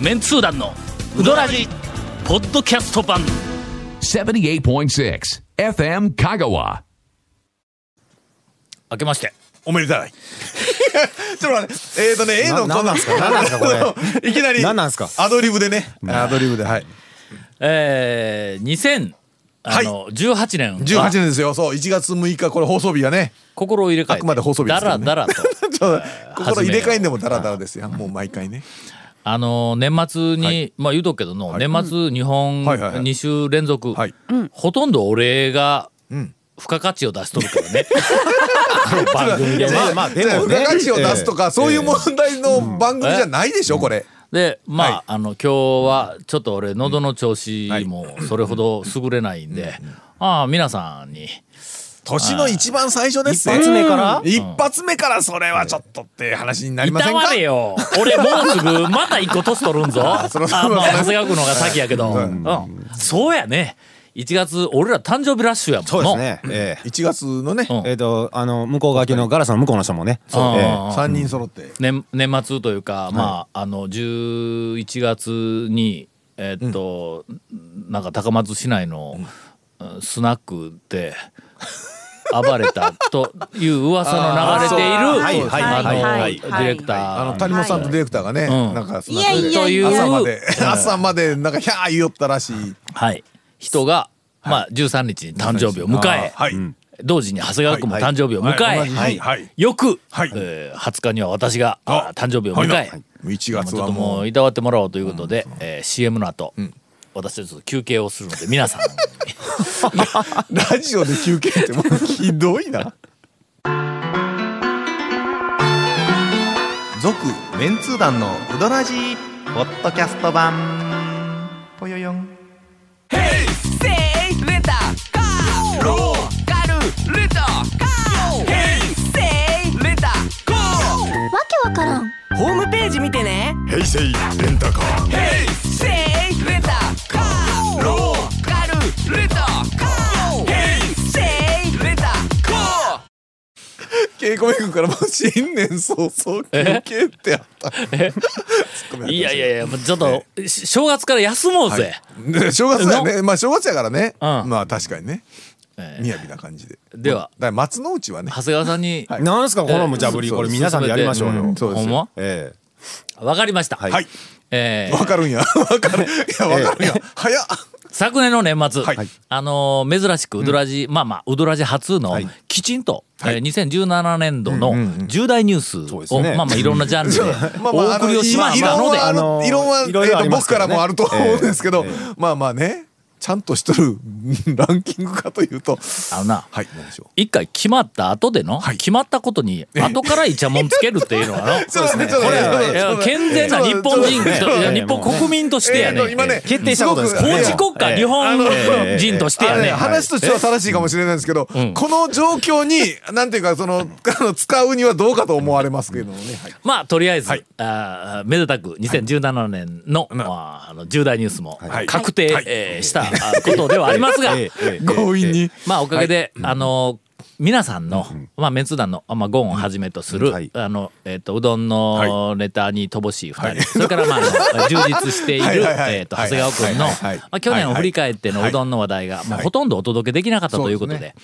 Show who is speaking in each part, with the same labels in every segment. Speaker 1: メンツー団のウドラジポッドキャスト版
Speaker 2: 78.6 FM Kagawa.
Speaker 1: 明けまして
Speaker 3: おめで たい。ちょっと待って、えーとね、A の
Speaker 4: ななんなんすかなんなんすか こ
Speaker 3: いきなり、
Speaker 4: なんなんすか
Speaker 3: アドリブでね。アドリブで、はい。
Speaker 1: えー、2000あの、18年は
Speaker 3: 18年ですよ、そう、1月6日、これ放送日がね、
Speaker 1: 心を入れ替えて
Speaker 3: あくまで放送日で
Speaker 1: だ
Speaker 3: すから
Speaker 1: ら
Speaker 3: ね
Speaker 1: だらと
Speaker 3: ちょっと心入れ替えんでもダラダラですよ、もう毎回ね。
Speaker 1: あの年末に、
Speaker 3: はい
Speaker 1: まあ言うとくけどの、年末日本
Speaker 3: はいはいはい
Speaker 1: 2週連続、
Speaker 3: はい
Speaker 1: ほとんど俺が
Speaker 3: ん
Speaker 1: 付加価値を出しとるからねこの番組で
Speaker 3: ね
Speaker 1: ね
Speaker 4: まあまあでも
Speaker 3: 付
Speaker 4: ね
Speaker 3: 加価値を出すとか、そういう問題の番組じゃないでしょ、これ。
Speaker 1: でまあ,、
Speaker 3: はい
Speaker 1: あの今日はちょっと俺喉の調子もそれほど優れないんで、ああ皆さんに
Speaker 3: 年の一番最初ですよ
Speaker 4: 一発目から
Speaker 3: うん一発目からそれはちょっとって話になり
Speaker 1: い
Speaker 3: ませ
Speaker 1: た
Speaker 3: んか
Speaker 1: われよ俺もうすぐまた一個年取るんぞあ
Speaker 3: そろそろね
Speaker 1: まあ長谷川君の方が先やけど、うんそうやね1月俺ら誕生日ラッシュやもん
Speaker 4: そうです
Speaker 1: の
Speaker 4: ね。ええ
Speaker 3: 1月のね、
Speaker 1: うん
Speaker 4: えっと、あの、向こう側のガラスの向こうの人もね。
Speaker 1: うん
Speaker 4: ええ
Speaker 3: 3人揃って。
Speaker 1: 年年末というか、まああの11月にえっと、なんか高松市内の、うんスナックで暴れたという噂の流れている
Speaker 4: あーはいはい
Speaker 1: あの
Speaker 4: はい
Speaker 5: はい
Speaker 1: ディレクター
Speaker 3: あの谷本さんとディレクターがね、
Speaker 1: うん
Speaker 3: なんかそん
Speaker 5: いやいやいや
Speaker 1: という
Speaker 3: 朝まで朝までなんかひゃー言いよったらしい
Speaker 1: はい、人が、まあ、13日に誕生日を迎え、
Speaker 3: はい
Speaker 1: 同時に長谷川君も誕生日を迎
Speaker 3: はい
Speaker 1: え、
Speaker 3: はいはいはい
Speaker 1: 翌、
Speaker 3: はい
Speaker 1: えー20日には私があ誕生日を迎え、
Speaker 3: はいはい1
Speaker 1: ち
Speaker 3: 月
Speaker 1: ょっ
Speaker 3: は
Speaker 1: とも
Speaker 3: も
Speaker 1: う
Speaker 3: う
Speaker 1: いたわってもらおうということで、えー CM の後、私はちょっと休憩をするので皆さん
Speaker 3: ラジオで休憩ってもうひどいな続
Speaker 6: メンツー団のウドラジーポッドキャスト版ぽよよん
Speaker 5: わけわからん
Speaker 7: ホームページ見てね
Speaker 8: 平成レンタカー
Speaker 7: せいレタカーローカルレタカーヘイセイレタカー
Speaker 3: 稽古メイ君からもう新年早々休憩ってあった
Speaker 1: いやいやいやもうちょっとし正月から休もうぜ、
Speaker 3: で正月だよねまあ正月やからね、
Speaker 1: うん
Speaker 3: まあ確かにね
Speaker 1: え
Speaker 3: 雅な感じで
Speaker 1: では
Speaker 3: だから松の内はね
Speaker 1: 長谷川さんに、
Speaker 3: はい
Speaker 4: なんすか、この無茶ぶり。これ皆さんでやりましょう
Speaker 1: う
Speaker 4: よ
Speaker 1: ん。
Speaker 3: そうで
Speaker 1: ほ
Speaker 3: す
Speaker 1: ん
Speaker 3: よ
Speaker 1: ま
Speaker 4: ええ
Speaker 1: わかりました、
Speaker 3: はい
Speaker 1: えー
Speaker 3: わかるんやわかるいやわかるんや早っ
Speaker 1: 昨年の年末、
Speaker 3: はい
Speaker 1: あのー珍しくウドラジ、まあまあウドラジ初の
Speaker 4: い
Speaker 1: きちんと、
Speaker 3: はい
Speaker 1: えー2017年度の重大ニュース
Speaker 4: そうで
Speaker 1: を、
Speaker 4: すね
Speaker 1: まあまあいろんなジャンル で
Speaker 3: まあま
Speaker 1: お
Speaker 3: あ、あ
Speaker 1: 送
Speaker 3: の、
Speaker 1: りをしま
Speaker 3: い
Speaker 1: した
Speaker 3: ろ
Speaker 1: の
Speaker 3: ん
Speaker 1: で
Speaker 3: は、あの、
Speaker 4: い
Speaker 3: 異
Speaker 4: ろ
Speaker 3: 論
Speaker 4: ん
Speaker 3: は、
Speaker 4: な
Speaker 3: え
Speaker 4: いろいろあ
Speaker 3: ーと、
Speaker 4: りま
Speaker 3: 僕
Speaker 4: す
Speaker 3: か
Speaker 4: かららね
Speaker 3: もあると思うんですけど
Speaker 4: えええ、
Speaker 3: まあまあね、ちゃんとしとる ランキングかというと、
Speaker 1: あのな
Speaker 3: はい、何でしょ
Speaker 1: 一回決まった後での、
Speaker 3: はい
Speaker 1: 決まったことに後からイチャモンつけるっていうのは
Speaker 3: う。そうですね、ちょっと
Speaker 4: こ
Speaker 3: ね
Speaker 4: れは
Speaker 3: ちょっと
Speaker 1: の
Speaker 3: ね
Speaker 1: いや健全な日本人
Speaker 3: ちょっとね
Speaker 1: いや日本国民としてやね
Speaker 3: えーと今ね、
Speaker 4: 決定したことですから
Speaker 1: 法
Speaker 4: ね
Speaker 3: す
Speaker 1: 治
Speaker 3: ごく
Speaker 1: 国家、
Speaker 4: ええ
Speaker 1: 日本
Speaker 4: の
Speaker 1: 人として
Speaker 3: あ
Speaker 1: や
Speaker 3: のね
Speaker 1: ね、
Speaker 3: 話としては正しいかもしれないんですけど、
Speaker 1: ん
Speaker 3: この状況に、なんていうか、その、 あの使うにはどうかと思われますけれどもね。はい
Speaker 1: まあとりあえず、
Speaker 3: はい
Speaker 1: あーめでたく2017年の,、まあ、あの重大ニュースも
Speaker 3: い
Speaker 1: 確定、
Speaker 3: はい
Speaker 1: えーしたあことではありますが、
Speaker 4: ええええ
Speaker 3: 強引に。
Speaker 1: まあおかげで、あの皆さんの、まあ、メンツ団の、まあ、ゴンをはじめとする、
Speaker 4: うんはい
Speaker 1: あのえっとうどんのネタに乏しい2人、それから、まああの、充実している
Speaker 3: はいはいはい
Speaker 1: えっと長谷川君の、
Speaker 3: はいはいはい
Speaker 1: まあ、去年を振り返ってのうどんの話題が、まあ、ほとんどお届けできなかったということで,、
Speaker 3: そうで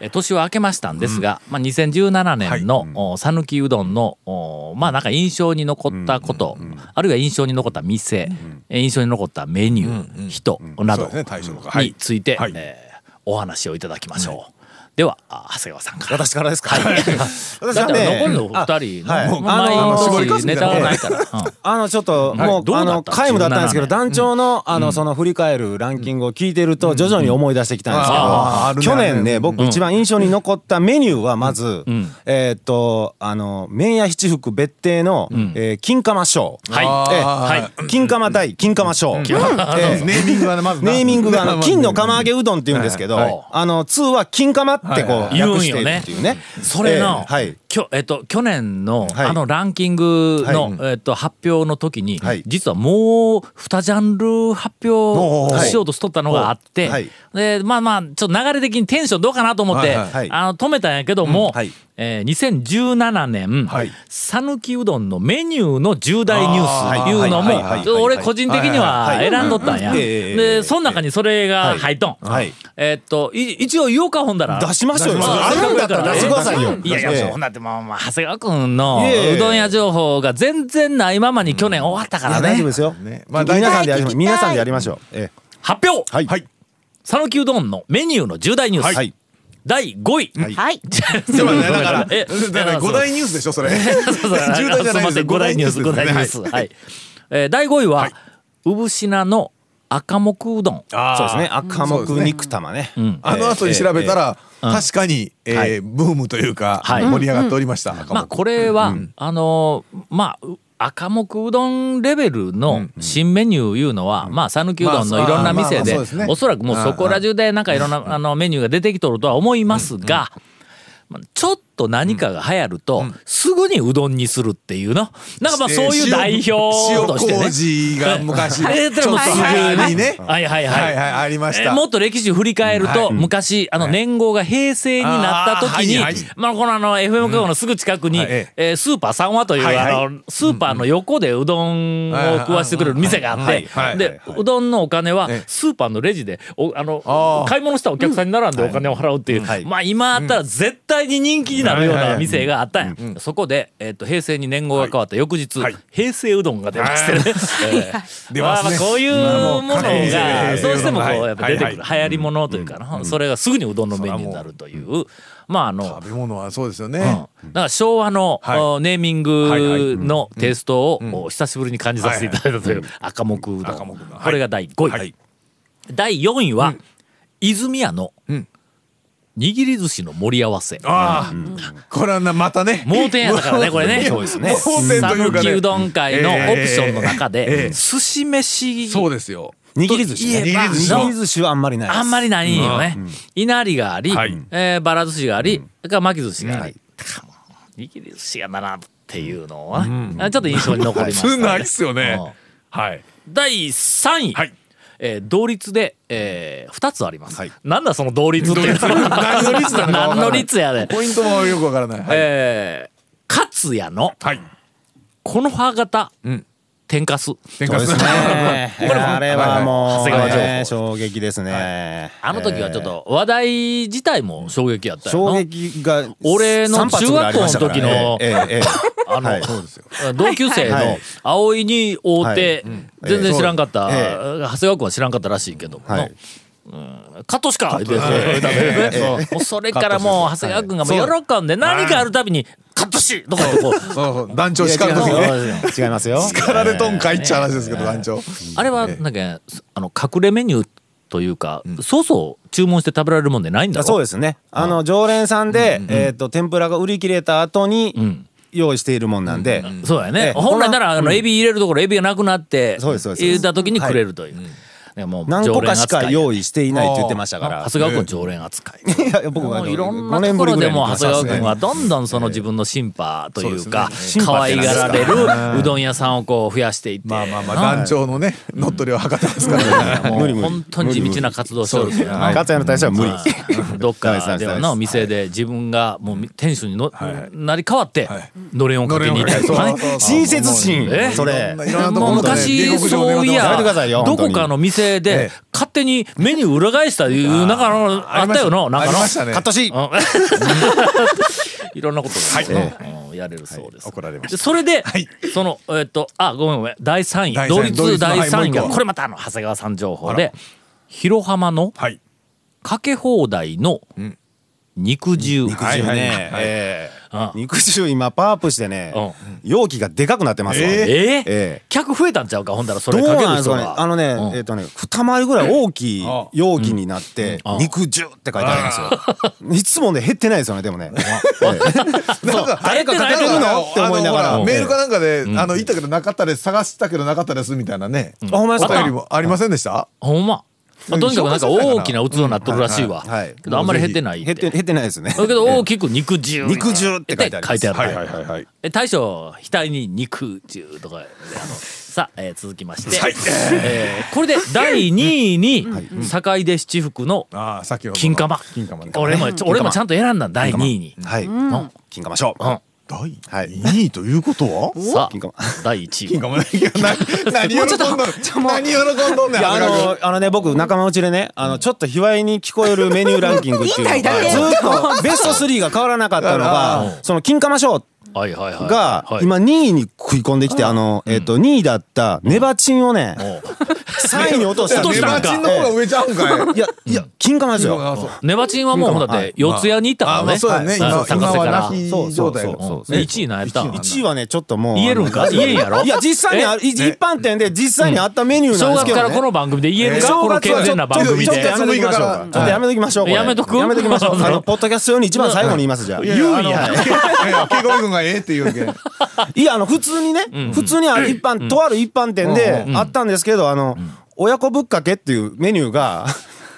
Speaker 1: え年は明けましたんですが、まあ、2017年のお讃岐、うどんのおまあなんか印象に残ったこと、あるいは印象に残った店、え印象に残ったメニュー、人な
Speaker 3: そう
Speaker 1: ど
Speaker 3: ですね、対象とか。は
Speaker 1: に
Speaker 3: い。
Speaker 1: ついて、
Speaker 3: はい
Speaker 1: えーお話をいただきましょう。では、あ長谷川さんから。
Speaker 4: 私からですかはい。 私
Speaker 1: だ
Speaker 4: は
Speaker 1: って
Speaker 4: ね
Speaker 1: 残りの2人
Speaker 4: あはい
Speaker 1: の、ま
Speaker 4: あの
Speaker 1: 毎
Speaker 3: 絞りか
Speaker 1: 年
Speaker 3: すみ
Speaker 1: ネ
Speaker 3: たいな
Speaker 1: タはないから。う
Speaker 4: あのちょっとも
Speaker 1: ど
Speaker 4: う
Speaker 1: うだ
Speaker 4: あ
Speaker 1: った
Speaker 4: の皆無だったんですけ
Speaker 1: 17
Speaker 4: ど
Speaker 1: 年
Speaker 4: 団長のあのその振り返るランキングを聞いてると徐々に思い出してきた
Speaker 3: あーあ
Speaker 4: ん
Speaker 3: る
Speaker 4: で
Speaker 3: ね
Speaker 4: すけど去
Speaker 3: ある
Speaker 4: 年
Speaker 3: ね
Speaker 4: ね僕一番印象に残ったメニューはまず
Speaker 1: ん
Speaker 4: えーっとあの麺屋七福別邸のえー金釜賞
Speaker 1: んはい。
Speaker 3: あー
Speaker 4: ええ
Speaker 1: はい。
Speaker 4: 金釜対金釜賞ええ
Speaker 3: ネーミングはね、まずな。
Speaker 4: ネーミングがあの
Speaker 3: まあ
Speaker 4: 金の釜揚げうどんって言うんですけど、あの通は金釜ってってこう
Speaker 1: 言
Speaker 4: 訳
Speaker 1: うん
Speaker 4: し
Speaker 1: よ
Speaker 4: て
Speaker 1: ね
Speaker 4: っていうね。
Speaker 1: それの、
Speaker 4: えーはい
Speaker 1: きょえっと、去年の、
Speaker 4: はい
Speaker 1: あのランキングの、えっと、発表の時に、
Speaker 4: はい
Speaker 1: 実はもう2ジャンル発表しようとしとったのがあって、
Speaker 4: はい
Speaker 1: でまあまあちょっと流れ的にテンションどうかなと思って、
Speaker 3: はいはい
Speaker 4: はい
Speaker 1: あの止めたんやけども、
Speaker 4: うんはい
Speaker 1: えー2017年
Speaker 4: はい
Speaker 1: 讃岐、うどんのメニューの重大ニュース
Speaker 4: あー
Speaker 1: いうのも、
Speaker 4: はいはいはいはい
Speaker 1: ちょっと俺個人的には
Speaker 4: はいはいはい
Speaker 1: 選んどったんや。
Speaker 4: うんえええええ
Speaker 1: で
Speaker 4: え
Speaker 1: その中にそれが入っとん。
Speaker 4: はい
Speaker 1: えっとい一応言おうかほんだら。
Speaker 4: 出しましょうよ。
Speaker 1: ま
Speaker 4: あ
Speaker 1: あ
Speaker 4: るんだったら出してくださいよ。
Speaker 1: いやいや、
Speaker 4: ええ
Speaker 1: そうほんだってもう、まあ、長谷川君の
Speaker 4: いえいえ
Speaker 1: うどん屋情報が全然ないままに去年終わったか
Speaker 4: い
Speaker 1: ら
Speaker 4: や大丈夫
Speaker 1: ね
Speaker 4: で。すよ。
Speaker 3: まあ
Speaker 4: 皆さんでやり
Speaker 5: 聞き
Speaker 4: ま
Speaker 5: たい
Speaker 4: 皆さんでやりましょう。え
Speaker 1: 発表
Speaker 4: えはい
Speaker 3: はい
Speaker 1: 讃岐うどんのメニューの重大ニュース。
Speaker 4: はい
Speaker 1: 第5位。
Speaker 5: はい。
Speaker 1: ちょっと待って
Speaker 3: だから、
Speaker 1: え
Speaker 3: だから5大ニュースでしょ、それ。
Speaker 1: そうそうそう
Speaker 3: 重大じゃないです
Speaker 1: すいません、5大ニュース、5大ニュース。
Speaker 3: は
Speaker 1: はい。えー第5位は、産品の赤目うどん。
Speaker 4: そうですね。赤目肉玉ね。
Speaker 3: あの後に調べたら、確かに、えーブームというか、
Speaker 1: はい
Speaker 3: 盛り上がっておりました。赤
Speaker 1: まあ
Speaker 3: 本
Speaker 1: これは、あのーまあう赤目うどんレベルの新メニューいうのは、まあ讃岐うどんのいろんな店で,、
Speaker 3: まあまあまあそうですね
Speaker 1: おそらくもうそこら中でなんかいろんなあのメニューが出てきとるとは思いますが、まあちょっと何かが流行ると、すぐにうどんにするっていうのなんかまあそういう代表として
Speaker 3: 塩
Speaker 1: ね。
Speaker 3: 麹が昔、ちょっ
Speaker 1: えーで
Speaker 3: と
Speaker 1: も
Speaker 3: 前にね、
Speaker 1: はいはいはい
Speaker 3: はいはい、ありまし
Speaker 1: え
Speaker 3: た。
Speaker 1: もっと歴史振り返ると、
Speaker 3: はい
Speaker 1: 昔あの年号が平成になった時に、
Speaker 3: あーはいはい
Speaker 1: まあ、このあの FM 加護のすぐ近くに、
Speaker 3: はい
Speaker 1: えースーパー三和という、
Speaker 3: はいはい
Speaker 1: あのスーパーの横でうどんを食わしてくれる店があって、
Speaker 3: はいはい
Speaker 1: でうどんのお金は
Speaker 3: ええ
Speaker 1: スーパーのレジでおあの
Speaker 3: あー
Speaker 1: 買い物したお客さんに並んでお金を払うっていう、
Speaker 4: はい
Speaker 1: まあ今あったら絶対に人気になるよう
Speaker 3: はいはい
Speaker 1: な
Speaker 3: はい
Speaker 1: 店があったんや、そこで、えっと平成に年号が変わった翌日、平成うどんが出まして ね。えー
Speaker 3: 出ますね
Speaker 1: ああこういうもの
Speaker 3: まあもう家庭
Speaker 1: が
Speaker 3: で
Speaker 1: どうしてもこう
Speaker 3: はい
Speaker 1: やっぱ出てくる流
Speaker 3: は
Speaker 1: 行りものというかなそれがすぐにうどんのメニューになるというまああの
Speaker 3: 食べ物はそうですよね。
Speaker 1: うんだから昭和の
Speaker 3: はい
Speaker 1: おネーミン
Speaker 3: はいはい
Speaker 1: グ
Speaker 3: う
Speaker 1: のテイストをお久しぶりに感じさせていただいたという赤目うどん
Speaker 3: 赤目うどんはい
Speaker 1: これが第5位第4位は泉屋の握
Speaker 3: ん
Speaker 1: り寿司の盛り合わせ
Speaker 3: ああ、これはな、またね。
Speaker 1: 盲点やったからねこれね
Speaker 4: そうですね
Speaker 3: 盲点という
Speaker 1: 讃
Speaker 3: か
Speaker 1: 岐
Speaker 3: ね。
Speaker 1: うどん界のオプションの中
Speaker 3: ええ
Speaker 1: で
Speaker 3: え
Speaker 1: 寿司飯
Speaker 3: そうですよ。
Speaker 4: 握り寿司ね。
Speaker 1: といえば
Speaker 4: 握り寿司はあんまりないです。
Speaker 1: あんまりないんよね。いなりがあり、
Speaker 3: はい
Speaker 1: えーばら寿司があり、それから巻き寿司があり。だからもう握り寿司が並ぶっていうのは、ねあちょっと印象に残りました、
Speaker 3: 普通ないっすよね
Speaker 1: うん。
Speaker 3: はい。
Speaker 1: 第3位。
Speaker 3: はい
Speaker 1: えー同率で、え2つあります、
Speaker 4: はい
Speaker 1: なんだその同率ってやつ
Speaker 3: 何の率なのかわからな
Speaker 1: 何
Speaker 3: い
Speaker 1: の率やで、
Speaker 3: ポイントもよくわからない。はい
Speaker 1: えー、勝也の
Speaker 3: はい。
Speaker 1: この歯型、
Speaker 3: ん
Speaker 1: 天かす
Speaker 3: 天
Speaker 4: そう
Speaker 3: か
Speaker 4: ですすね。
Speaker 1: これも
Speaker 4: あれはも
Speaker 1: 長
Speaker 4: う
Speaker 1: 谷川情報
Speaker 4: ね衝撃ですね。
Speaker 1: あの時はちょっと話題自体も衝撃やったよ
Speaker 4: 衝
Speaker 1: な
Speaker 4: 撃が
Speaker 1: 俺の
Speaker 4: 三発ぐらいありましたからね
Speaker 1: 中学校の時の
Speaker 4: ええええ
Speaker 1: あの、
Speaker 4: はい
Speaker 1: 同級生
Speaker 4: は
Speaker 1: の
Speaker 4: い
Speaker 1: 葵に会うて、全然知らんかった、
Speaker 4: ええ
Speaker 1: 長谷川君は知らんかったらしいけども、
Speaker 4: はい
Speaker 1: うんカットしか言うて そうもうそれからもう長谷川君がもう喜んで何かあるたびに「カットし!」とかってこう。
Speaker 3: そうそう団長叱る
Speaker 4: い
Speaker 3: 時
Speaker 4: や
Speaker 3: ね。
Speaker 4: 違いますよ。
Speaker 3: 叱られとんかいっちゃ話ですけど、団長。
Speaker 1: あれはなんかあの隠れメニューというか、そうそう注文して食べられるもんでないんだ
Speaker 4: あ
Speaker 1: ろ
Speaker 4: そうですね。あの常連さんで、えっと天ぷらが売り切れた後に用意しているもんなんで、
Speaker 1: そうや
Speaker 4: え
Speaker 1: ね
Speaker 4: え
Speaker 1: 本来ならあ
Speaker 4: こ
Speaker 1: の
Speaker 4: の
Speaker 1: エビ入れるところエビがなくなって
Speaker 4: そうですそうです
Speaker 1: 入れた時にくれるという,だからもう常連扱いや、
Speaker 4: 何個かしか用
Speaker 1: 意
Speaker 4: 意していないって言ってましたから
Speaker 1: 長。谷川君常連扱い。
Speaker 4: いやいや僕
Speaker 1: も
Speaker 4: はあの
Speaker 1: ういろん
Speaker 4: 五
Speaker 1: な
Speaker 4: 年
Speaker 1: と
Speaker 4: ぶ
Speaker 1: こ
Speaker 4: り
Speaker 1: ろ
Speaker 4: ぐら
Speaker 1: で
Speaker 4: いに
Speaker 1: も
Speaker 4: 行
Speaker 1: 長谷
Speaker 4: きま
Speaker 1: 川
Speaker 4: したね
Speaker 1: 君はどんどんその自分のシンパというか
Speaker 4: ね
Speaker 1: 可愛がられるうどん屋さんをこう増やしていって
Speaker 3: まあまあまあ、
Speaker 1: な
Speaker 3: 団長のね、乗っ取りは博多ですからね。
Speaker 1: も
Speaker 4: 無
Speaker 1: う
Speaker 4: 理無理
Speaker 1: 本当に地道な活動をしておるからな
Speaker 4: 勝谷の大将は無理。
Speaker 1: どっ
Speaker 4: ダメです
Speaker 1: か
Speaker 4: ダメで
Speaker 1: ですはなお店で自分がもう店主にのなり変わって
Speaker 3: はい
Speaker 1: のれんをかけに行ったりとかね
Speaker 3: のれんをかけそうそう
Speaker 4: 親切心
Speaker 1: え
Speaker 4: それ
Speaker 3: いろんなとこ
Speaker 1: もう
Speaker 3: ろで
Speaker 1: 昔、
Speaker 3: 下克上を
Speaker 1: そうい
Speaker 3: 狙ってます
Speaker 4: やめてくださいよ
Speaker 1: や、どこ
Speaker 4: 本当
Speaker 1: か
Speaker 4: に
Speaker 1: の店
Speaker 3: え
Speaker 1: で
Speaker 3: え、
Speaker 1: 勝手にメニュー裏返したいう、なんかあの、あったよな、なんか
Speaker 3: あり
Speaker 1: の
Speaker 3: ま。したね
Speaker 4: カッ。トし
Speaker 1: うんいろんなことがね、うんやれるそうです。
Speaker 3: 怒られまし
Speaker 1: でそれで、
Speaker 3: はい
Speaker 1: そのえっとあごめんごめん第3位
Speaker 3: 第三位
Speaker 1: 同率第3位が、
Speaker 3: 同率のはいもう一個
Speaker 1: これまたあの長谷川さん情報
Speaker 3: あ
Speaker 1: で広浜の
Speaker 3: はい。
Speaker 1: かけ放題の肉汁、
Speaker 4: 肉汁
Speaker 3: はいはい
Speaker 4: ね。え
Speaker 1: う
Speaker 4: え
Speaker 1: ん
Speaker 4: 肉汁今パワーアップしてね
Speaker 1: う、
Speaker 4: 容器がでかくなってますわ。
Speaker 1: えー
Speaker 4: ええ
Speaker 1: 客増えたんちゃうかほんだらそ
Speaker 4: ど
Speaker 1: れ
Speaker 4: う
Speaker 1: かけ
Speaker 4: な
Speaker 1: る
Speaker 4: んです
Speaker 1: 人
Speaker 4: かね
Speaker 1: が
Speaker 4: あのね、
Speaker 1: うん
Speaker 4: えっとね二回りぐらい大きい容器になって
Speaker 1: うん
Speaker 4: 「肉汁」って書いてありますよいつもね減ってないですよねでもね
Speaker 3: なん
Speaker 1: 誰か
Speaker 3: か、
Speaker 4: 誰
Speaker 1: 誰か
Speaker 4: か書ける
Speaker 3: あ
Speaker 4: の
Speaker 3: の
Speaker 4: って思いなが
Speaker 3: ほ
Speaker 4: ら
Speaker 3: メールかなんかで、あの、行ったけどなかったです、探したけどなかったです、みたいなね。
Speaker 4: あほんまです
Speaker 3: お
Speaker 4: か
Speaker 3: 便りもありませんでした
Speaker 1: ほんままあとにかくなんか大きな器になっとるらしいわ
Speaker 4: うんはいはい。
Speaker 1: けどあんまり減ってない
Speaker 4: 減
Speaker 1: っ。
Speaker 4: ってて、
Speaker 1: だ
Speaker 4: 減ってないですね。
Speaker 1: けど大きく肉汁。
Speaker 4: 肉汁って書いてありま
Speaker 1: 書い
Speaker 4: す
Speaker 1: てある。
Speaker 3: はいはいはいはい。
Speaker 1: え大将額に肉汁とかであのさあ、えー続きまして、
Speaker 3: はい
Speaker 1: えーこれで第2位に坂出七福の
Speaker 3: ああ、先ほどの。
Speaker 1: 金玉
Speaker 3: 金玉ね。
Speaker 1: 俺も俺もちゃんと選んだ第2位に、
Speaker 4: はい。
Speaker 1: うん
Speaker 4: 金かましょう。
Speaker 1: うん
Speaker 3: 第
Speaker 4: はい
Speaker 3: 2位ということは
Speaker 1: さ
Speaker 4: 金か
Speaker 1: あ第1位
Speaker 3: 金
Speaker 1: は
Speaker 3: 玉 ね。いやな何喜んどんねん何喜んどんね
Speaker 4: い
Speaker 3: ん
Speaker 4: やあ
Speaker 3: あの、
Speaker 4: のあのね僕仲間内でねあのちょっと卑猥に聞こえるメニューランキングっていうのが
Speaker 7: いいんだいいんだ
Speaker 4: ずーっとベスト3が変わらなかったのがその「金かましょう」
Speaker 1: いはいはい
Speaker 4: が
Speaker 1: はい
Speaker 4: 今2位に食い込んできてあのえっと2位だったネバチンをね
Speaker 1: おう
Speaker 4: 3位に落とした
Speaker 1: 落と
Speaker 3: ネ
Speaker 1: した
Speaker 3: バ
Speaker 1: んか
Speaker 3: チンの方が上ちゃうんかい。
Speaker 4: いやいや金かまですよ
Speaker 3: あそう
Speaker 1: ネバチンはもうほんだって四谷に行ったから
Speaker 3: あ、まあ
Speaker 1: ね
Speaker 3: そうだね。今
Speaker 1: 高瀬
Speaker 3: 今
Speaker 1: か
Speaker 3: は
Speaker 1: ら
Speaker 3: なき状態やから
Speaker 4: そうそう
Speaker 1: ね1位なんやったん
Speaker 4: 1位はねちょっともう
Speaker 1: 言えるんか言えんやろ
Speaker 4: いや実際にあるい一般店で実際にあったメニューなん
Speaker 1: 正
Speaker 4: です
Speaker 1: 月
Speaker 4: け
Speaker 1: から
Speaker 4: どね
Speaker 1: この番組で言えるか
Speaker 4: 正
Speaker 1: この
Speaker 4: 月
Speaker 1: 健
Speaker 4: はちょ
Speaker 1: 全な番組
Speaker 4: ちょっと
Speaker 1: で
Speaker 4: やめときましょうか。ちょっとやめときましょう。これ
Speaker 1: やめとく
Speaker 4: やめときましょう。あのポッドキャスト用に一番最後に言いますじゃあ。
Speaker 3: 言うんや。ケゴイ君がええって言うけん。
Speaker 4: いやあの普通にね、普通にあの一般、とある一般店であったんですけどあの、親子ぶっかけっていうメニューが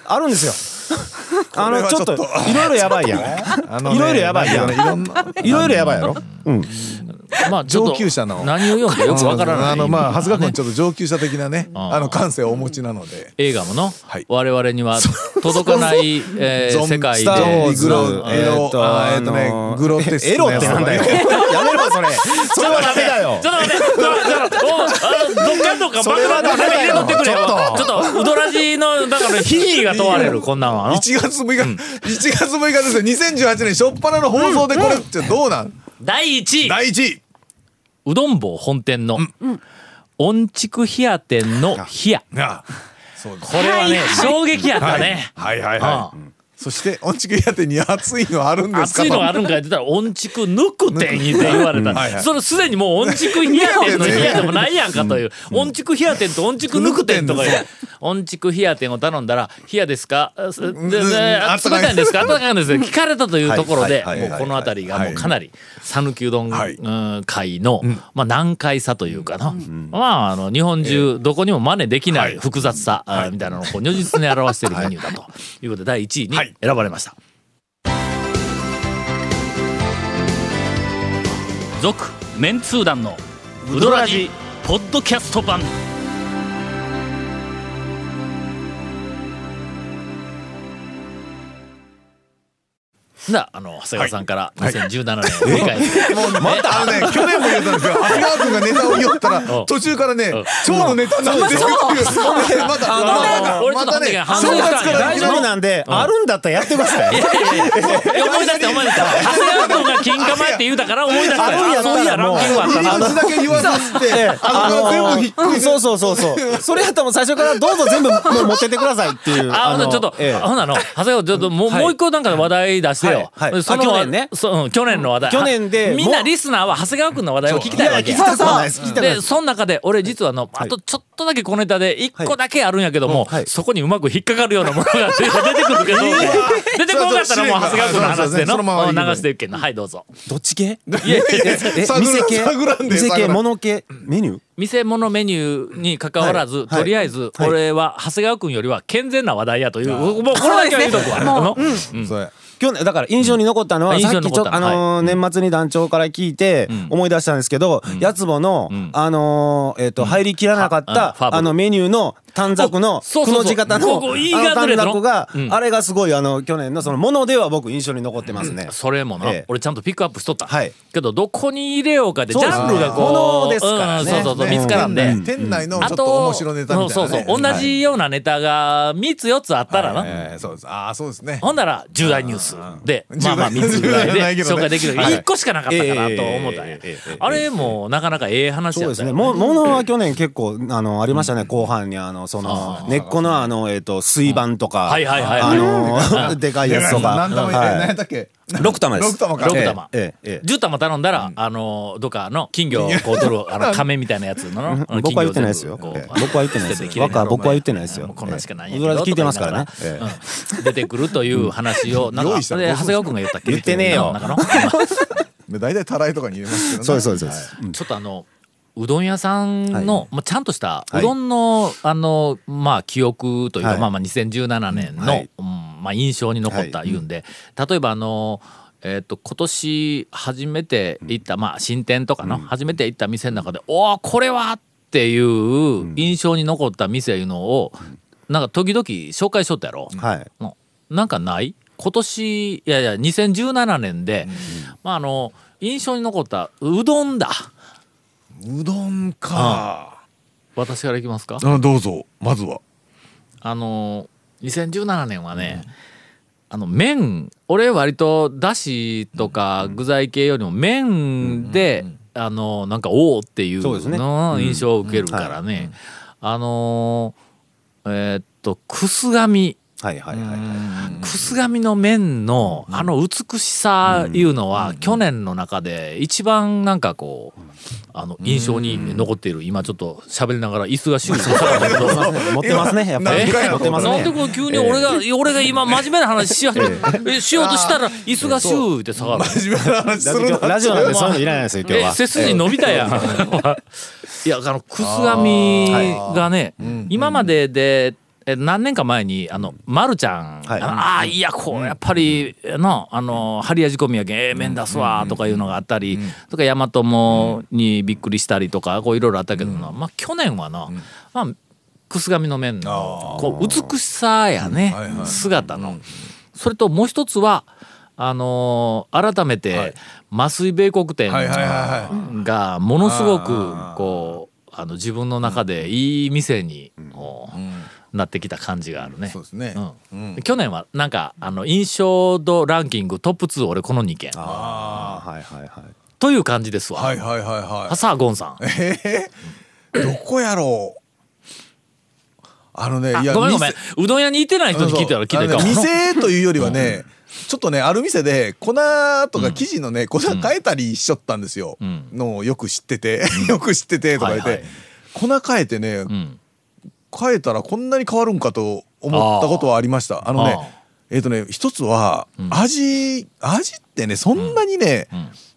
Speaker 4: あるんですよ。あ
Speaker 3: れ
Speaker 4: の
Speaker 3: は
Speaker 4: ちょ っと
Speaker 3: ちょっと
Speaker 4: いろいろやばい やん。
Speaker 3: あのね
Speaker 4: いろいろやばいや
Speaker 3: なん
Speaker 4: ん
Speaker 3: かねろんな。
Speaker 4: いろいろやばいやろ。うん。
Speaker 1: まあちょっと
Speaker 3: 上級者の
Speaker 1: 何を読んでよくわからない
Speaker 3: あの、まあ、長谷川君はちょっと上級者的なね、あの感性をお持ちなので。
Speaker 1: 映画もの、
Speaker 3: はい
Speaker 1: 我々には届かない、えー
Speaker 3: ゾン
Speaker 1: 世界
Speaker 3: スター・ウォー
Speaker 1: で
Speaker 3: ズ、グロ、エロ、あーえっと
Speaker 4: あ
Speaker 3: ね
Speaker 4: の、
Speaker 3: グロテスク
Speaker 4: エロってなん だ よ。やめろそれ。それはダメだよ
Speaker 1: ちょ。っと待って、ちょっと待って、おうあのどっかんどっか爆弾の中に入れとってくれよ。ちょっと、ウドラジの、だから、品位が問われる、こんなんはの。
Speaker 3: 1月6日、1月6日ですよ。2018年初っ端の放送でこれってどうなん
Speaker 1: 第1位、
Speaker 3: 第1位
Speaker 1: うどん坊本店の、音畜冷や店の冷や。
Speaker 3: あそうです
Speaker 1: これはね、衝撃やったね。
Speaker 3: はいはいは
Speaker 1: う
Speaker 3: い
Speaker 1: ん。
Speaker 3: そして、音痴屋店に熱いのあるんですか
Speaker 1: 熱いのがあるんか言ってたら、音畜ぬくてにって言われた。
Speaker 3: はいはい
Speaker 1: それすでにもう音畜冷や店の冷やでもないやんかという。音畜冷や店と音畜ぬく店とかいう。音畜冷や店を頼んだら、冷やですかあすでで
Speaker 3: うん
Speaker 1: あ冷たいんですか暖かいんですか聞かれたというところで、
Speaker 3: はいは
Speaker 1: も
Speaker 3: いは
Speaker 1: う
Speaker 3: い
Speaker 1: この辺りがもうかなり、讃岐うどん
Speaker 3: はい
Speaker 1: うん会の、まあ難解さというかな。まあ、あの、日本中、どこにも真似できない複雑さ、あみたいなのをこう如実に表しているメニューだということで、第1位に
Speaker 3: はい
Speaker 1: 選ばれました。続メンツー団のウドラジポッドキャスト版なあの長谷川さんから2017年を振り返って、
Speaker 3: もうまたあのね、去年も言ったんで すよ。長谷川君がネタを言おったら、途中からね、蝶のネタになってるっていう。また、
Speaker 1: 俺ちょ
Speaker 3: ま
Speaker 1: っと
Speaker 3: た
Speaker 1: 待ってから
Speaker 3: ね、正
Speaker 1: 反応したんや
Speaker 3: 月から
Speaker 4: 大丈夫なんで、あるんだったらやってください。
Speaker 1: え思い出した思い出した長谷川君が金玉って言うたから思い出した
Speaker 4: あるんや
Speaker 1: あ
Speaker 4: った
Speaker 1: そういや
Speaker 4: ら
Speaker 1: ラン
Speaker 4: もう
Speaker 1: キングあったな
Speaker 3: 入り口だけ言わさせて、あの全部ひっくり
Speaker 4: そうそうそうそう。それやったらもう最初からどうぞ全部もう持ってってくださいっていう。
Speaker 1: あ、ほんならちょっと、
Speaker 4: ええ
Speaker 1: ほんなの、長谷川、ちょっと、もう、もう一個なんか話題出してよ。
Speaker 4: はいはい
Speaker 1: その
Speaker 4: あ去年ね
Speaker 1: そう、うん去年の話題。
Speaker 4: 去年で
Speaker 1: みんな
Speaker 4: もう
Speaker 1: リスナーは長谷川君の話題を聞きたいわけ。
Speaker 4: いやいや聞きたくはないです聞きたくない
Speaker 1: で、
Speaker 4: です
Speaker 1: その中で、俺実はあの、あとちょっとだけ小ネタで、一個だけあるんやけども、
Speaker 4: はい
Speaker 1: そこにうまく引っかかるようなものが 出てくるけど、出てこなかったらもう長谷川君の話で
Speaker 3: そうそうそうそのまま
Speaker 1: の、
Speaker 3: いい
Speaker 1: 流
Speaker 3: の
Speaker 1: していくけんな。はい、どうぞ。
Speaker 4: どっち系
Speaker 1: いやいやいや
Speaker 4: え
Speaker 3: 探らん
Speaker 4: 店系
Speaker 3: 探らんで
Speaker 4: 店
Speaker 3: 探
Speaker 4: 系
Speaker 3: らん
Speaker 4: 物系メニュー
Speaker 1: 店物メニューに関わらず、
Speaker 4: はいは
Speaker 1: と
Speaker 4: い
Speaker 1: りあえず、
Speaker 4: はい
Speaker 1: 俺は長谷川君よりは健全な話題やという、もうこれだけは言うとくわ。あの
Speaker 3: そうや
Speaker 4: 去年だから印象に残ったの
Speaker 1: う
Speaker 4: は
Speaker 1: ん
Speaker 4: さっ
Speaker 1: 印象
Speaker 4: き
Speaker 1: に
Speaker 4: ち
Speaker 1: 残
Speaker 4: ょ
Speaker 1: っ
Speaker 4: ったとあのー年末に団長から聞いて
Speaker 1: ん
Speaker 4: 思い出したんですけどやつぼの
Speaker 1: ん
Speaker 4: あのーえっと入りきらなかっ
Speaker 1: はうんファブ
Speaker 4: たあのメニューの短冊の
Speaker 1: おそう
Speaker 4: く
Speaker 1: そうそう
Speaker 4: の字型の
Speaker 1: こ
Speaker 4: あ
Speaker 1: こ
Speaker 4: の
Speaker 1: いいがずれ
Speaker 4: 短
Speaker 1: の
Speaker 4: 冊が
Speaker 1: うん
Speaker 4: あれがすごいあの去年のそのものでは僕印象に残ってますね。
Speaker 1: それもな、
Speaker 4: ええ
Speaker 1: 俺ちゃんとピックアップしとった、
Speaker 4: はい
Speaker 1: けどどこに入れようかでジ
Speaker 4: そうです
Speaker 1: ャンルがこ
Speaker 4: も
Speaker 1: う
Speaker 4: のですか
Speaker 1: う
Speaker 4: らね
Speaker 1: んそうそうそう
Speaker 4: ね
Speaker 1: 見つからんで、
Speaker 3: 店内店内のちょ
Speaker 1: あ
Speaker 3: っ
Speaker 1: と
Speaker 3: と面白ネタみたいなね。
Speaker 1: そうそうそう同じようなネタが3つ4つあったらな、
Speaker 3: えーそうです。ああ、そうですね。
Speaker 1: ほんなら重大ニュースで
Speaker 3: うん
Speaker 1: まあまあ
Speaker 3: 重
Speaker 1: 3
Speaker 3: 大
Speaker 1: つぐらい
Speaker 3: 重大じゃない
Speaker 1: で
Speaker 3: けど
Speaker 1: 紹介できる
Speaker 3: ねはい
Speaker 1: 1個しかなかったかなと思ったんや
Speaker 4: ええええええええ
Speaker 1: あれもなかなかええ話
Speaker 4: そ
Speaker 1: や
Speaker 4: うで
Speaker 1: ったよ
Speaker 4: すね。もものは去年結構あのありましたね。後半にあのその根っこのあのえっと水盤とか、
Speaker 1: はいはいはい
Speaker 4: あの ーでかいやつとか、
Speaker 3: 何玉
Speaker 4: はい
Speaker 3: 何やったっけ
Speaker 4: 六玉です。
Speaker 3: 六玉か。
Speaker 1: 六玉、
Speaker 4: ええええ
Speaker 1: 10玉頼んだら、あのどっかの金魚をこう取るあ の亀みたいなやつのの
Speaker 4: 僕は言ってないですよ。
Speaker 1: 金魚を全
Speaker 4: 僕
Speaker 1: 部こう
Speaker 4: は言ってないです
Speaker 1: 捨てて
Speaker 4: よ
Speaker 1: き。れいに
Speaker 4: 若は僕は言ってないですよ。
Speaker 1: もうこんなんしかないんや
Speaker 4: ウドラジ聞いてますからね。
Speaker 1: と言いながらうん出てくるという話を、なんか、
Speaker 3: 用
Speaker 1: で
Speaker 3: 意し
Speaker 1: 長
Speaker 3: た
Speaker 1: 谷川君が言ったっけ
Speaker 4: 言ってねえよ
Speaker 1: なんかの
Speaker 3: 大体たらいとかに入れますけどね
Speaker 4: そうですそうですそうです。
Speaker 1: ちょっとあの、うどん屋さんの、まあ、ちゃんとした
Speaker 4: はいう
Speaker 1: どんの,、あのまあ、記憶というか、
Speaker 4: はい
Speaker 1: まあ、まあ2017年の、
Speaker 4: はい
Speaker 1: うんまあ、印象に残ったいうんで、例えばあの、えー、と今年初めて行った、まあ、新店とかの、初めて行った店の中で「おおこれは!」っていう印象に残った店いうのを、なんか時々紹介しとったやろ。
Speaker 4: はい。
Speaker 1: ななんかない今年いやいや2017年で、まああの印象に残ったうどんだ
Speaker 3: うどんか。
Speaker 1: 私からいきますか
Speaker 3: あどうぞ、まずは。
Speaker 1: あの2017年はね、あの麺俺割とだしとか具材系よりも麺で、あのなんかおおっていう
Speaker 4: そうですね
Speaker 1: の印象を受けるからね、あのえーっとくすがみ
Speaker 4: はいはいは い。
Speaker 1: くすがみの麺のあの美しさいうのは去年の中で一番なんかこうあの印象に残っている今ちょっと喋りながら椅子がシューシュー下がったけど
Speaker 4: 持ってますね、やっぱ
Speaker 3: え何
Speaker 4: り。
Speaker 3: 回やろ
Speaker 4: 持ってます
Speaker 1: なんで
Speaker 4: ね。
Speaker 1: こう急に俺が俺が今真面目な話しようえしようとしたら椅子がシューって下がる。
Speaker 3: 真面目な話する
Speaker 4: 今日
Speaker 3: な。
Speaker 4: ラジオなんでそういうのいらないですよ、今日
Speaker 1: え
Speaker 4: は。
Speaker 1: 背筋伸びたやん。 いやあのくすがみがね、今まででえ何年か前にあの、ま、るちゃん、
Speaker 4: はい
Speaker 1: あのあーいやこうやっぱり、のあの張り味込みやけんええ面出すわとかいうのがあったり、とか大和もにびっくりしたりとかこういろいろあったけどな、まあ、去年はな、まあ、くすがみの面のこう美しさやね、
Speaker 3: はいはい
Speaker 1: 姿の。それともう一つはあのー改めて、麻酔米国店
Speaker 3: はいはいはいは
Speaker 1: がものすごくこうあの自分の中でいい店にこうなってきた感じがあるね。
Speaker 3: い。そうですね。
Speaker 1: うん去年はなんかあの印象度ランキングトップ2俺この2件
Speaker 4: あはいはいはい。
Speaker 1: という感じですわ。
Speaker 3: はいはいはいは
Speaker 1: あさあゴンさん。
Speaker 3: い。どこやろう。あのね、い
Speaker 1: あごめんごめん。うどん屋に行ってない人に聞いたら聞いたらいいか
Speaker 3: あ
Speaker 1: も
Speaker 3: のね店というよりはね、ちょっとねある店で粉とか生地のね粉変えたりしちゃったんですよ、
Speaker 1: ん
Speaker 3: のをよく知ってて よく知っててとか言って、
Speaker 1: はいはい
Speaker 3: 粉変えてね、
Speaker 1: ん
Speaker 3: 変えたらこんなに変わるんかと思ったことはありましたあの
Speaker 1: あ
Speaker 3: ねえっ、とね一つは味、味ってねそんなにね、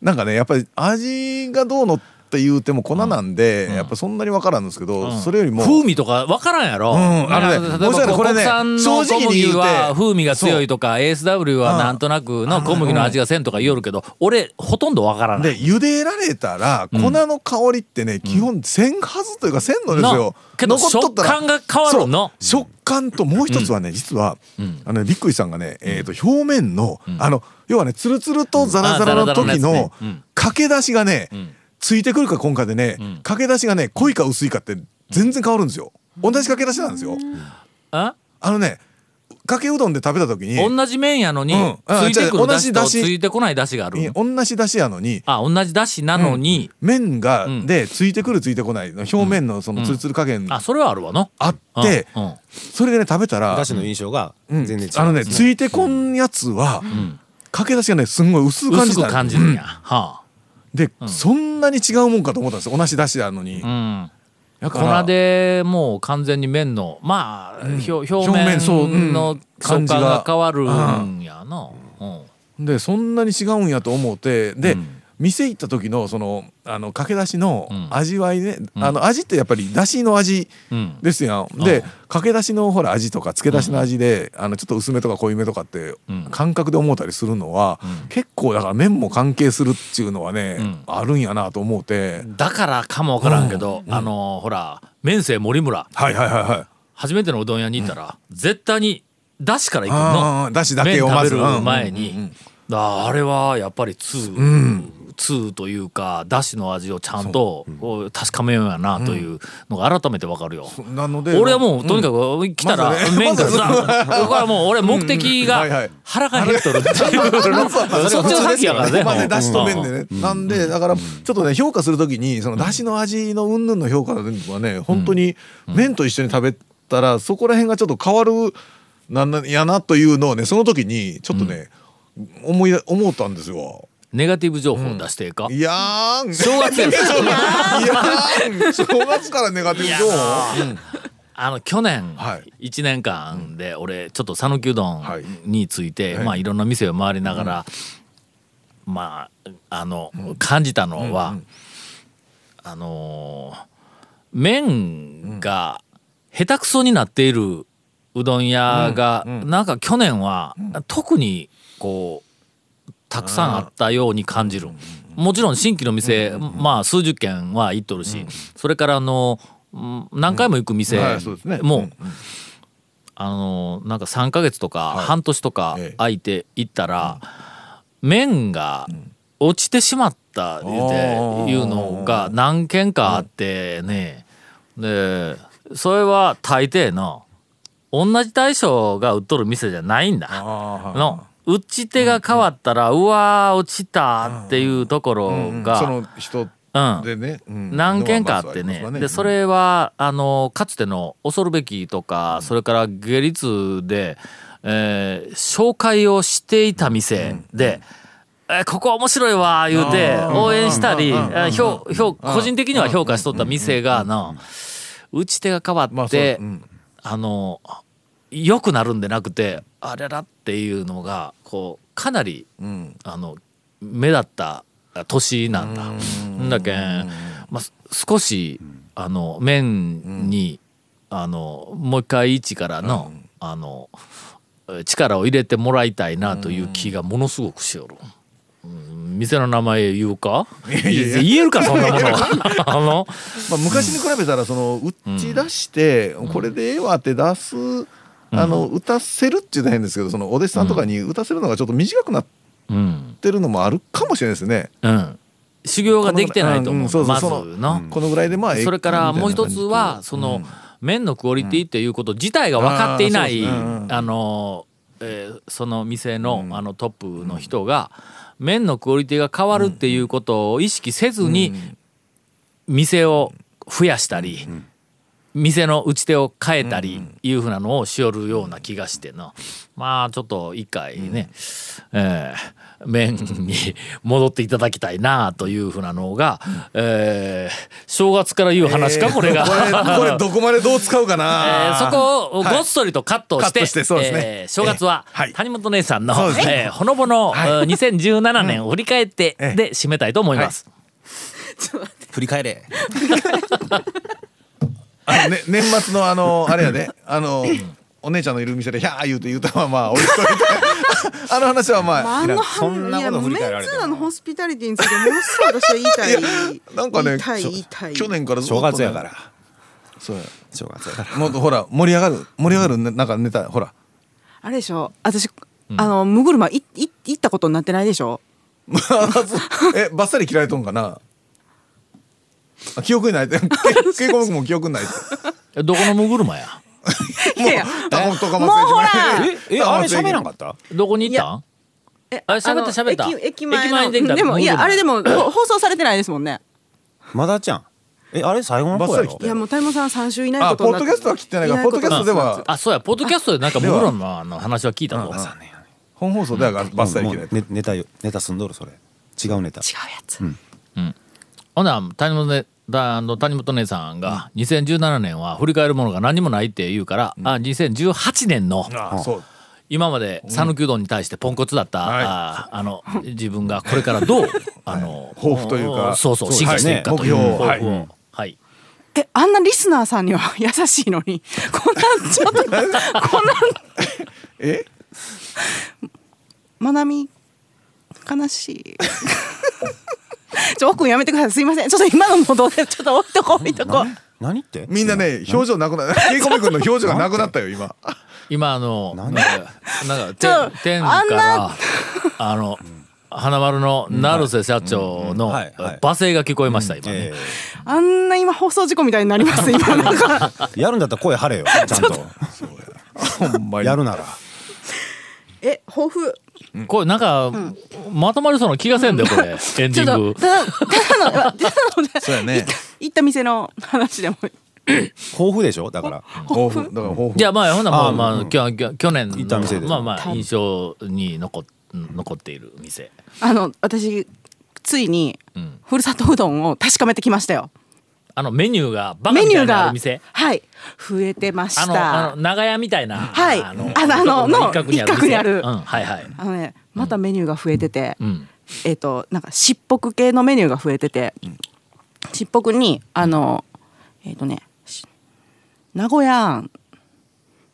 Speaker 3: なんかねやっぱり味がどうのって言うても粉なんで、やっぱそんなに分からんですけど、それよりも
Speaker 1: 風味とかわからんやろ。
Speaker 3: んあのね
Speaker 1: だから例え
Speaker 3: もちろ
Speaker 1: ば
Speaker 3: んね
Speaker 1: こ
Speaker 3: これ
Speaker 1: 国
Speaker 3: ね
Speaker 1: 産の小
Speaker 3: 正直に
Speaker 1: 麦
Speaker 3: 言うて
Speaker 1: は風味が強いとか、ASW はなんとなくの小麦の味がせんとか言おるけど、俺ほとんどわからない。
Speaker 3: で茹でられたら粉の香りってね、基本せんはずというかせんのですよ
Speaker 1: の。けど
Speaker 3: 残っとったら
Speaker 1: 食感が変わるの
Speaker 3: そう食感ともう一つはね、実は、あのねびっくりさんがね、えー、と表面の、あの要はねつるつるとザラザラの
Speaker 1: あザラ
Speaker 3: 時
Speaker 1: ザラのや
Speaker 3: の
Speaker 1: つねうん
Speaker 3: 駆け出しがね、ついてくるか今回でね、駆け出しがね濃いか薄いかって全然変わるんですよ。同じ駆け出しなんですよ。
Speaker 1: あ
Speaker 3: あのねかけうどんで食べた時に
Speaker 1: 同じ麺やのに、
Speaker 3: うん
Speaker 1: ついてくる
Speaker 3: あ違う
Speaker 1: だしと
Speaker 3: 同じ出
Speaker 1: つ
Speaker 3: 汁
Speaker 1: いてこないだしがある。
Speaker 3: え同じ出しやのに
Speaker 1: あ、同じだしなのに、
Speaker 3: 麺が、
Speaker 1: ん
Speaker 3: でついてくるついてこないの表面のそのつるつる加減
Speaker 1: あ、それはあるわの。
Speaker 3: あって、
Speaker 1: うんうん
Speaker 3: それでね食べたら
Speaker 4: だ、しの印象が
Speaker 3: う
Speaker 4: 全
Speaker 3: ん
Speaker 4: 然違う。
Speaker 3: あのねついてこんやつは、かけ出しがねすんごい薄く感じ
Speaker 1: 薄
Speaker 3: た
Speaker 1: く感じるんや。は
Speaker 3: で、そんなに違うもんかと思ったんですよ同じ出しなのに、
Speaker 1: あ。うん。
Speaker 3: だから
Speaker 1: 粉でもう完全に麺の、まあ、ひょ表
Speaker 3: 表面そうう
Speaker 1: 面
Speaker 3: ん
Speaker 1: の食感
Speaker 3: 感じが
Speaker 1: が変わるんやな。うん
Speaker 3: でそんなに違うんやと思ってで、店行った時のそのあのかけ出しの味わいね、あの味ってやっぱり出汁の味
Speaker 1: ん
Speaker 3: ですやん、でかけ出しのほら味とか漬け出しの味で、あのちょっと薄めとか濃いめとかって感覚で思ったりするのは、結構だから麺も関係するっていうのはね、あるんやなと思うて、
Speaker 1: だからかもわからんけど、あのほら麺生森村
Speaker 3: はいはいはいはい
Speaker 1: 初めてのうどん屋に行ったら、絶対にだしから行く
Speaker 3: あ
Speaker 1: の
Speaker 3: ーだしだけを
Speaker 1: 麺食
Speaker 3: ま
Speaker 1: べ
Speaker 3: ず
Speaker 1: る前
Speaker 3: うんうんう
Speaker 1: に
Speaker 3: ん、
Speaker 1: だあれはやっぱり通、通というかだしの味をちゃんとこう確かめようやなというのが改めてわかるよ。
Speaker 3: なので
Speaker 1: 俺はもうとにかく来たら
Speaker 3: まずね
Speaker 1: 麺がずらん、
Speaker 3: ま
Speaker 1: これはもう俺目的
Speaker 3: うんうんはいは
Speaker 1: が
Speaker 3: い
Speaker 1: 腹が減っとるって いうのそっちの先やからね。
Speaker 3: まあね、だしと麺でね。なんで、だから、ちょっとね、評価するときに、そのだしの味の云々の評価はね、本当に麺と一緒に食べたら、そこら辺がちょっと変わる、なんなんやなというのをね、その時に、ちょっとね、思い出、思ったんですよ。
Speaker 1: ネガティブ情報を出していいか、
Speaker 3: いやーん。
Speaker 1: 正月やし
Speaker 3: いやーん。正月からネガティブ情報
Speaker 1: あの去年
Speaker 3: はい
Speaker 1: 1年間で俺ちょっと讃岐うどん
Speaker 3: はい
Speaker 1: について、
Speaker 3: はい
Speaker 1: まあいろんな店を回りながら、まああの感じたのは、あのー麺が下手くそになっているうどん屋が、なんか去年は、特にこうたくさんあったように感じる、もちろん新規の店、まあ数十軒は行っとるし、それからあのうん何回も行く店
Speaker 3: はいそうですね
Speaker 1: もう、
Speaker 3: うん
Speaker 1: あのなんか3ヶ月とか
Speaker 3: い
Speaker 1: 半年とか
Speaker 3: ええ
Speaker 1: 空いて行ったら、麺が落ちてしまったっていうのが何件かあってね、でそれは大抵の同じ大将が売っとる店じゃないんだ。の打ち手が変わったら、うわー落ちたっていうところが、
Speaker 3: その人
Speaker 1: うん
Speaker 3: でね、うん
Speaker 1: 何件かあってね,、でそ、れはあのかつての恐るべきとか、それから下律で、えー紹介をしていた店で。えーここ面白いわ言うて応援したり、えー評評個人的には評価しとった店がな打ち手が変わ
Speaker 3: まあ
Speaker 1: っ
Speaker 3: そう
Speaker 1: て、
Speaker 3: うん
Speaker 1: あの良くなるんでなくてあれらっていうのがこうかなり
Speaker 3: うん
Speaker 1: あの目立った年なんだ。んだけん、まあ、す少しあの面に、あのもう一回一からの,、あのえ力を入れてもらいたいなという気がものすごくしよる。うん店の名前言うか言えるかそんなもの あの
Speaker 3: まあ、昔に比べたらその打ち出して、これでええわって出す、あの打たせるっていうのは変ですけどそのお弟子さんとかに打たせるのがちょっと短くなっ
Speaker 1: うん
Speaker 3: てるのもあるかもしれないですね。
Speaker 1: うん修行ができてないと思
Speaker 3: んんそうそ
Speaker 1: まず
Speaker 3: そ
Speaker 1: の
Speaker 3: このぐらいでまあええ
Speaker 1: それからもう一つは
Speaker 3: み
Speaker 1: その麺のクオリティっていうこと自体が分かっていない
Speaker 3: あーそうですねうん
Speaker 1: あのえーその店のあのトップの人が麺のクオリティが変わるっていうことを意識せずに店を増やしたり店の打ち手を変えたりいうふうなのをしよるような気がしてなまあちょっと一回ねえー麺に戻っていただきたいなというふうなのが、えー正月から言う話か、これが。
Speaker 3: たいな感じこれ これどこまでどう使うかな
Speaker 1: えーそこをごっそりとカットして,、
Speaker 3: カットしてそうですね
Speaker 1: えー正月は
Speaker 3: えーはい
Speaker 1: 谷本姉さんの、
Speaker 3: そうですね
Speaker 1: えーほのぼの、えー2017年を振り返って
Speaker 3: ええ
Speaker 1: で締めたいと思います。
Speaker 4: 振り返れ。
Speaker 3: あのね、年末のあのあれやねあのお姉ちゃんのいる店で「ひゃー」言うて言うた まま置いといてあの話はまあ
Speaker 9: あの
Speaker 4: そんなこと振り返られても
Speaker 9: メンツーラのホスピタリティについてものすごい私は言いたい。
Speaker 3: なんかね
Speaker 9: 言いたい
Speaker 3: ちょ
Speaker 9: 言いたい。
Speaker 3: 去年からずっと
Speaker 4: 正
Speaker 3: ね
Speaker 4: 月やから。
Speaker 3: そうや
Speaker 4: 正月やから。
Speaker 3: もっとほら盛り上がる盛り上がるねなんかネタほら
Speaker 9: あれでしょ。私あのムグルマいい行ったことになってないでしょ。
Speaker 3: えバッサリ切られとんかなあ記憶に ないって稽古僕も記憶にないって
Speaker 1: どこのムグルマや
Speaker 9: いやいや。
Speaker 3: タコとかも
Speaker 9: もうほら
Speaker 4: え、え、あれ喋らんか
Speaker 3: っ
Speaker 4: った。
Speaker 1: どこに行ったん
Speaker 9: え
Speaker 1: あ喋った
Speaker 9: の
Speaker 1: 喋った
Speaker 9: 駅駅前
Speaker 1: 駅前
Speaker 9: の
Speaker 1: にできた
Speaker 9: でもい
Speaker 1: ムグル
Speaker 9: や
Speaker 1: マ
Speaker 9: あれでもほ放送されてないですもんね。
Speaker 4: まだちゃん。え、あれ最後の方や
Speaker 3: バッサリ
Speaker 4: ろ
Speaker 3: 来
Speaker 9: い。やもうタイモさん三週いない
Speaker 3: あ
Speaker 9: こと
Speaker 3: ポ
Speaker 9: に
Speaker 3: ッ
Speaker 9: な
Speaker 3: ドキ
Speaker 9: って。
Speaker 3: ャストは切ってないからポッドキャストでは
Speaker 1: あそうやポッドキャストでなんかムグルマの話は聞いたぞ。
Speaker 3: 本放送ではバッサリ
Speaker 4: も
Speaker 3: 切ら
Speaker 4: う
Speaker 3: れて
Speaker 4: ネネタよ、ネタすんどるそれ。違うネタ。
Speaker 9: 違うやつ。
Speaker 1: ほな谷本,、ね、だあの谷本姉さんが2017年は振り返るものが何もないって言うから、あ2018年の
Speaker 3: あそう
Speaker 1: 今まで讃岐うどんに対してポンコツだった、
Speaker 3: はい
Speaker 1: ああの自分がこれから どうあの
Speaker 3: 抱負というか
Speaker 1: そうそう
Speaker 3: そう
Speaker 1: 進化していくか
Speaker 3: はい
Speaker 1: という
Speaker 3: 目標を
Speaker 1: 抱負を
Speaker 3: は
Speaker 1: はい
Speaker 3: い、
Speaker 9: えあんなリスナーさんには優しいのに こんなんちょっ とこん
Speaker 3: え
Speaker 9: なんまなみ悲しい。 ちょ奥君やめてくださいすいませんちょっと今のもどうでちょっと置いとこ置いとこ。
Speaker 4: 何って。
Speaker 3: みんなね表情なくな った稽古君の表情がなくなったよ今
Speaker 1: 今あのなんかなん
Speaker 9: ちょ
Speaker 1: かて天
Speaker 9: あん
Speaker 1: か
Speaker 9: な
Speaker 1: らあの花丸の成瀬社長の
Speaker 4: はいはい
Speaker 1: 罵声が聞こえました今ね
Speaker 4: え
Speaker 9: あんな今放送事故みたいになります今な んか
Speaker 4: ーやるんだったら声張れよ。ちゃんと。
Speaker 3: ほんまに
Speaker 4: やるなら。
Speaker 9: え抱負
Speaker 1: これなんか、まとまりそうな気がせんだよこれ、エン
Speaker 9: ち
Speaker 1: デ
Speaker 9: ょっ
Speaker 1: ィング
Speaker 9: とただただのただの
Speaker 3: そうやね
Speaker 9: 行った店の話でも
Speaker 4: 豊富でしょだから。
Speaker 3: 抱負だから抱負
Speaker 1: じゃあまあほなまあ
Speaker 4: あ
Speaker 1: まあ、
Speaker 4: うん
Speaker 1: きょきょ去年
Speaker 4: 行った店
Speaker 1: の
Speaker 4: で
Speaker 1: まあまあ印象に残っ残っている店
Speaker 9: あの私ついに、
Speaker 1: ん
Speaker 9: ふるさとうどんを確かめてきましたよ
Speaker 1: あのメニューがバカ
Speaker 9: メ
Speaker 1: み
Speaker 9: ニ
Speaker 1: た
Speaker 9: ュー
Speaker 1: いなあ
Speaker 9: が
Speaker 1: る店
Speaker 9: はい増えてまし
Speaker 1: あの
Speaker 9: た
Speaker 1: あの長屋みたいな、
Speaker 9: はい
Speaker 1: あの
Speaker 9: あのあのの
Speaker 1: 一角にある店
Speaker 9: 一角にある
Speaker 1: うん、はいはい、
Speaker 9: あのねまたメニューが増えてて、
Speaker 1: うん、
Speaker 9: えっ、となんかしっぽく系のメニューが増えてて、ちっぽくにあのえっ、とねし名古屋あんっ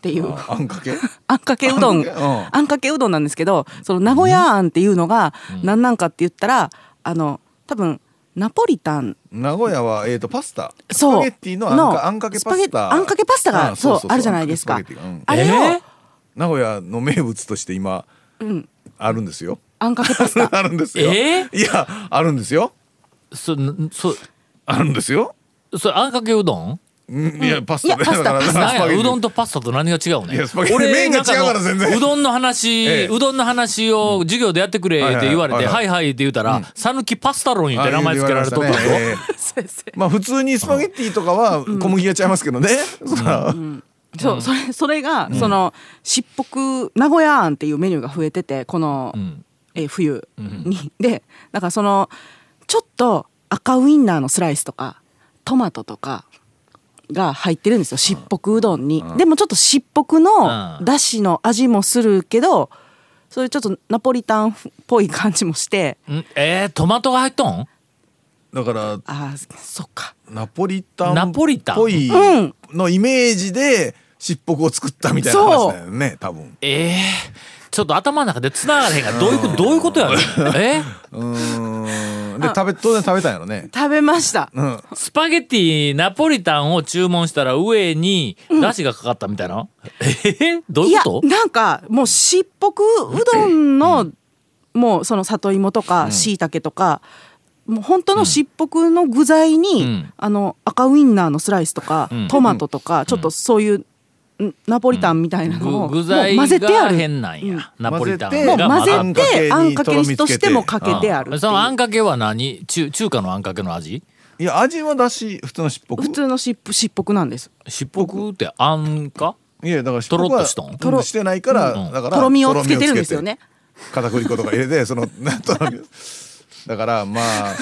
Speaker 9: ていう
Speaker 3: あんかけ
Speaker 9: あんかけ うど
Speaker 3: あん
Speaker 9: ん
Speaker 3: かけうん
Speaker 9: あんかけうどんなんですけどその名古屋あんっていうのが何なんかって言ったらあの多分ナポリタン
Speaker 3: 名古屋はえっ、とパスタス
Speaker 9: そう
Speaker 3: パゲッティのあんかあんかけパ
Speaker 9: スパゲ
Speaker 3: ス
Speaker 9: ッ
Speaker 3: タ
Speaker 9: あんかけパスタが
Speaker 3: ん
Speaker 9: そうあるじゃないですか
Speaker 3: あんかけスパゲッティが
Speaker 9: あれを、
Speaker 1: え
Speaker 3: うん名古屋の名物として今、あるんですよ
Speaker 9: あんかけパスタ
Speaker 3: あるんですよ、
Speaker 1: え
Speaker 3: いやあるんですよ
Speaker 1: そそ
Speaker 3: あるんですよ
Speaker 1: それあんかけうどん
Speaker 3: んいやパスタ
Speaker 9: いやパスタ
Speaker 3: だから
Speaker 1: なんやうどん
Speaker 3: と
Speaker 1: とパスタと何が違うね
Speaker 3: いやスパゲッティ麺が違うから
Speaker 1: なん
Speaker 3: 全
Speaker 1: の
Speaker 3: 然
Speaker 1: うどんの話、
Speaker 3: ええ
Speaker 1: うどんの話を授業でやってくれって言われて「
Speaker 3: はいはい
Speaker 1: は
Speaker 3: は
Speaker 1: は
Speaker 3: い
Speaker 1: い」って言うたら「讃岐パスタロン」って名前つけられとったぞ、
Speaker 9: 先生
Speaker 3: まあ普通にスパゲッティとかは小麦がちゃいますけどね、そら
Speaker 9: そうそれそれが、そのしっぽく名古屋あんっていうメニューが増えててこの、
Speaker 1: ん
Speaker 9: えー冬に、でだからそのちょっと赤ウインナーのスライスとかトマトとかが入ってるんですよしっぽくうどんに、でもちょっとしっぽく
Speaker 1: う
Speaker 9: の
Speaker 1: ん
Speaker 9: だしの味もするけどそういうちょっとナポリタンっぽい感じもして
Speaker 1: んえー、トマトが入っとん
Speaker 3: だから
Speaker 9: あーそっか
Speaker 3: ナポリタン
Speaker 1: ナポリタン
Speaker 3: っぽい
Speaker 9: うん
Speaker 3: のイメージでしっぽくを作ったみたいな話だよね多分
Speaker 1: ええちょっと頭の中で繋がれへんがどういうことどういうことやねんえ
Speaker 3: うーんで食べ当然食べたんやろね
Speaker 9: 食べました
Speaker 3: うん
Speaker 1: スパゲティナポリタンを注文したら上に出汁がかかったみたいな、えーどう
Speaker 9: い
Speaker 1: いう
Speaker 9: や
Speaker 1: こと
Speaker 9: なんかもうしっぽくうどんのもうその里芋とかしいたけとか、もう本当のしっぽくの具材に、
Speaker 1: うん
Speaker 9: あの赤ウインナーのスライスとか、
Speaker 1: ん
Speaker 9: トマトとか、ちょっとそういう、んナポリタンみたいなのを、
Speaker 1: 具具
Speaker 9: もう
Speaker 1: 材
Speaker 9: 混ぜてあ
Speaker 1: が
Speaker 9: る
Speaker 1: 変なんや、ナポリタン
Speaker 3: も
Speaker 9: も
Speaker 1: が
Speaker 9: う
Speaker 3: が
Speaker 1: まだ
Speaker 9: 混ぜてあ
Speaker 3: あ
Speaker 9: ん
Speaker 3: ん
Speaker 9: か
Speaker 3: か
Speaker 9: け
Speaker 3: け
Speaker 9: に
Speaker 3: に
Speaker 9: としてもかけてあるっていう
Speaker 1: そのあんかけは何中中華のあんかけの味
Speaker 3: いや味はだし普通のしっぽく
Speaker 9: 普通のしっぽしっぽくなんです
Speaker 1: しっぽくってあんか
Speaker 3: いやだからしっぽくは
Speaker 1: とろっとしとん
Speaker 3: とろしてないから、
Speaker 1: うん
Speaker 3: だから
Speaker 9: とろみをつけてるんですよね
Speaker 3: 片栗粉とか入れ てそのなんとなくだからまあ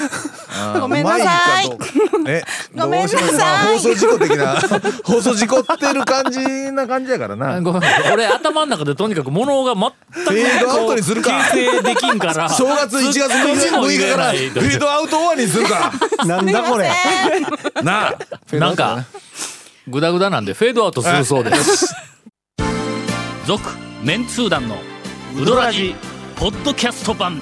Speaker 3: あー
Speaker 9: ごめんなさいう
Speaker 3: まかどうえ
Speaker 9: ごめんなさい
Speaker 3: どうしようまあ放送事故的な放送事故ってる感じな感じやからな
Speaker 1: ごめん俺頭の中でとにかく物が全く
Speaker 3: フェードアウトにするか
Speaker 1: 形成できんから
Speaker 3: 正月1月26日からフェードアウト終わりにするか
Speaker 4: なんだこれ
Speaker 3: なあ
Speaker 1: なんかグダグダなんでフェードアウトするそうです 続メンツー団のウドラジポッドキャスト版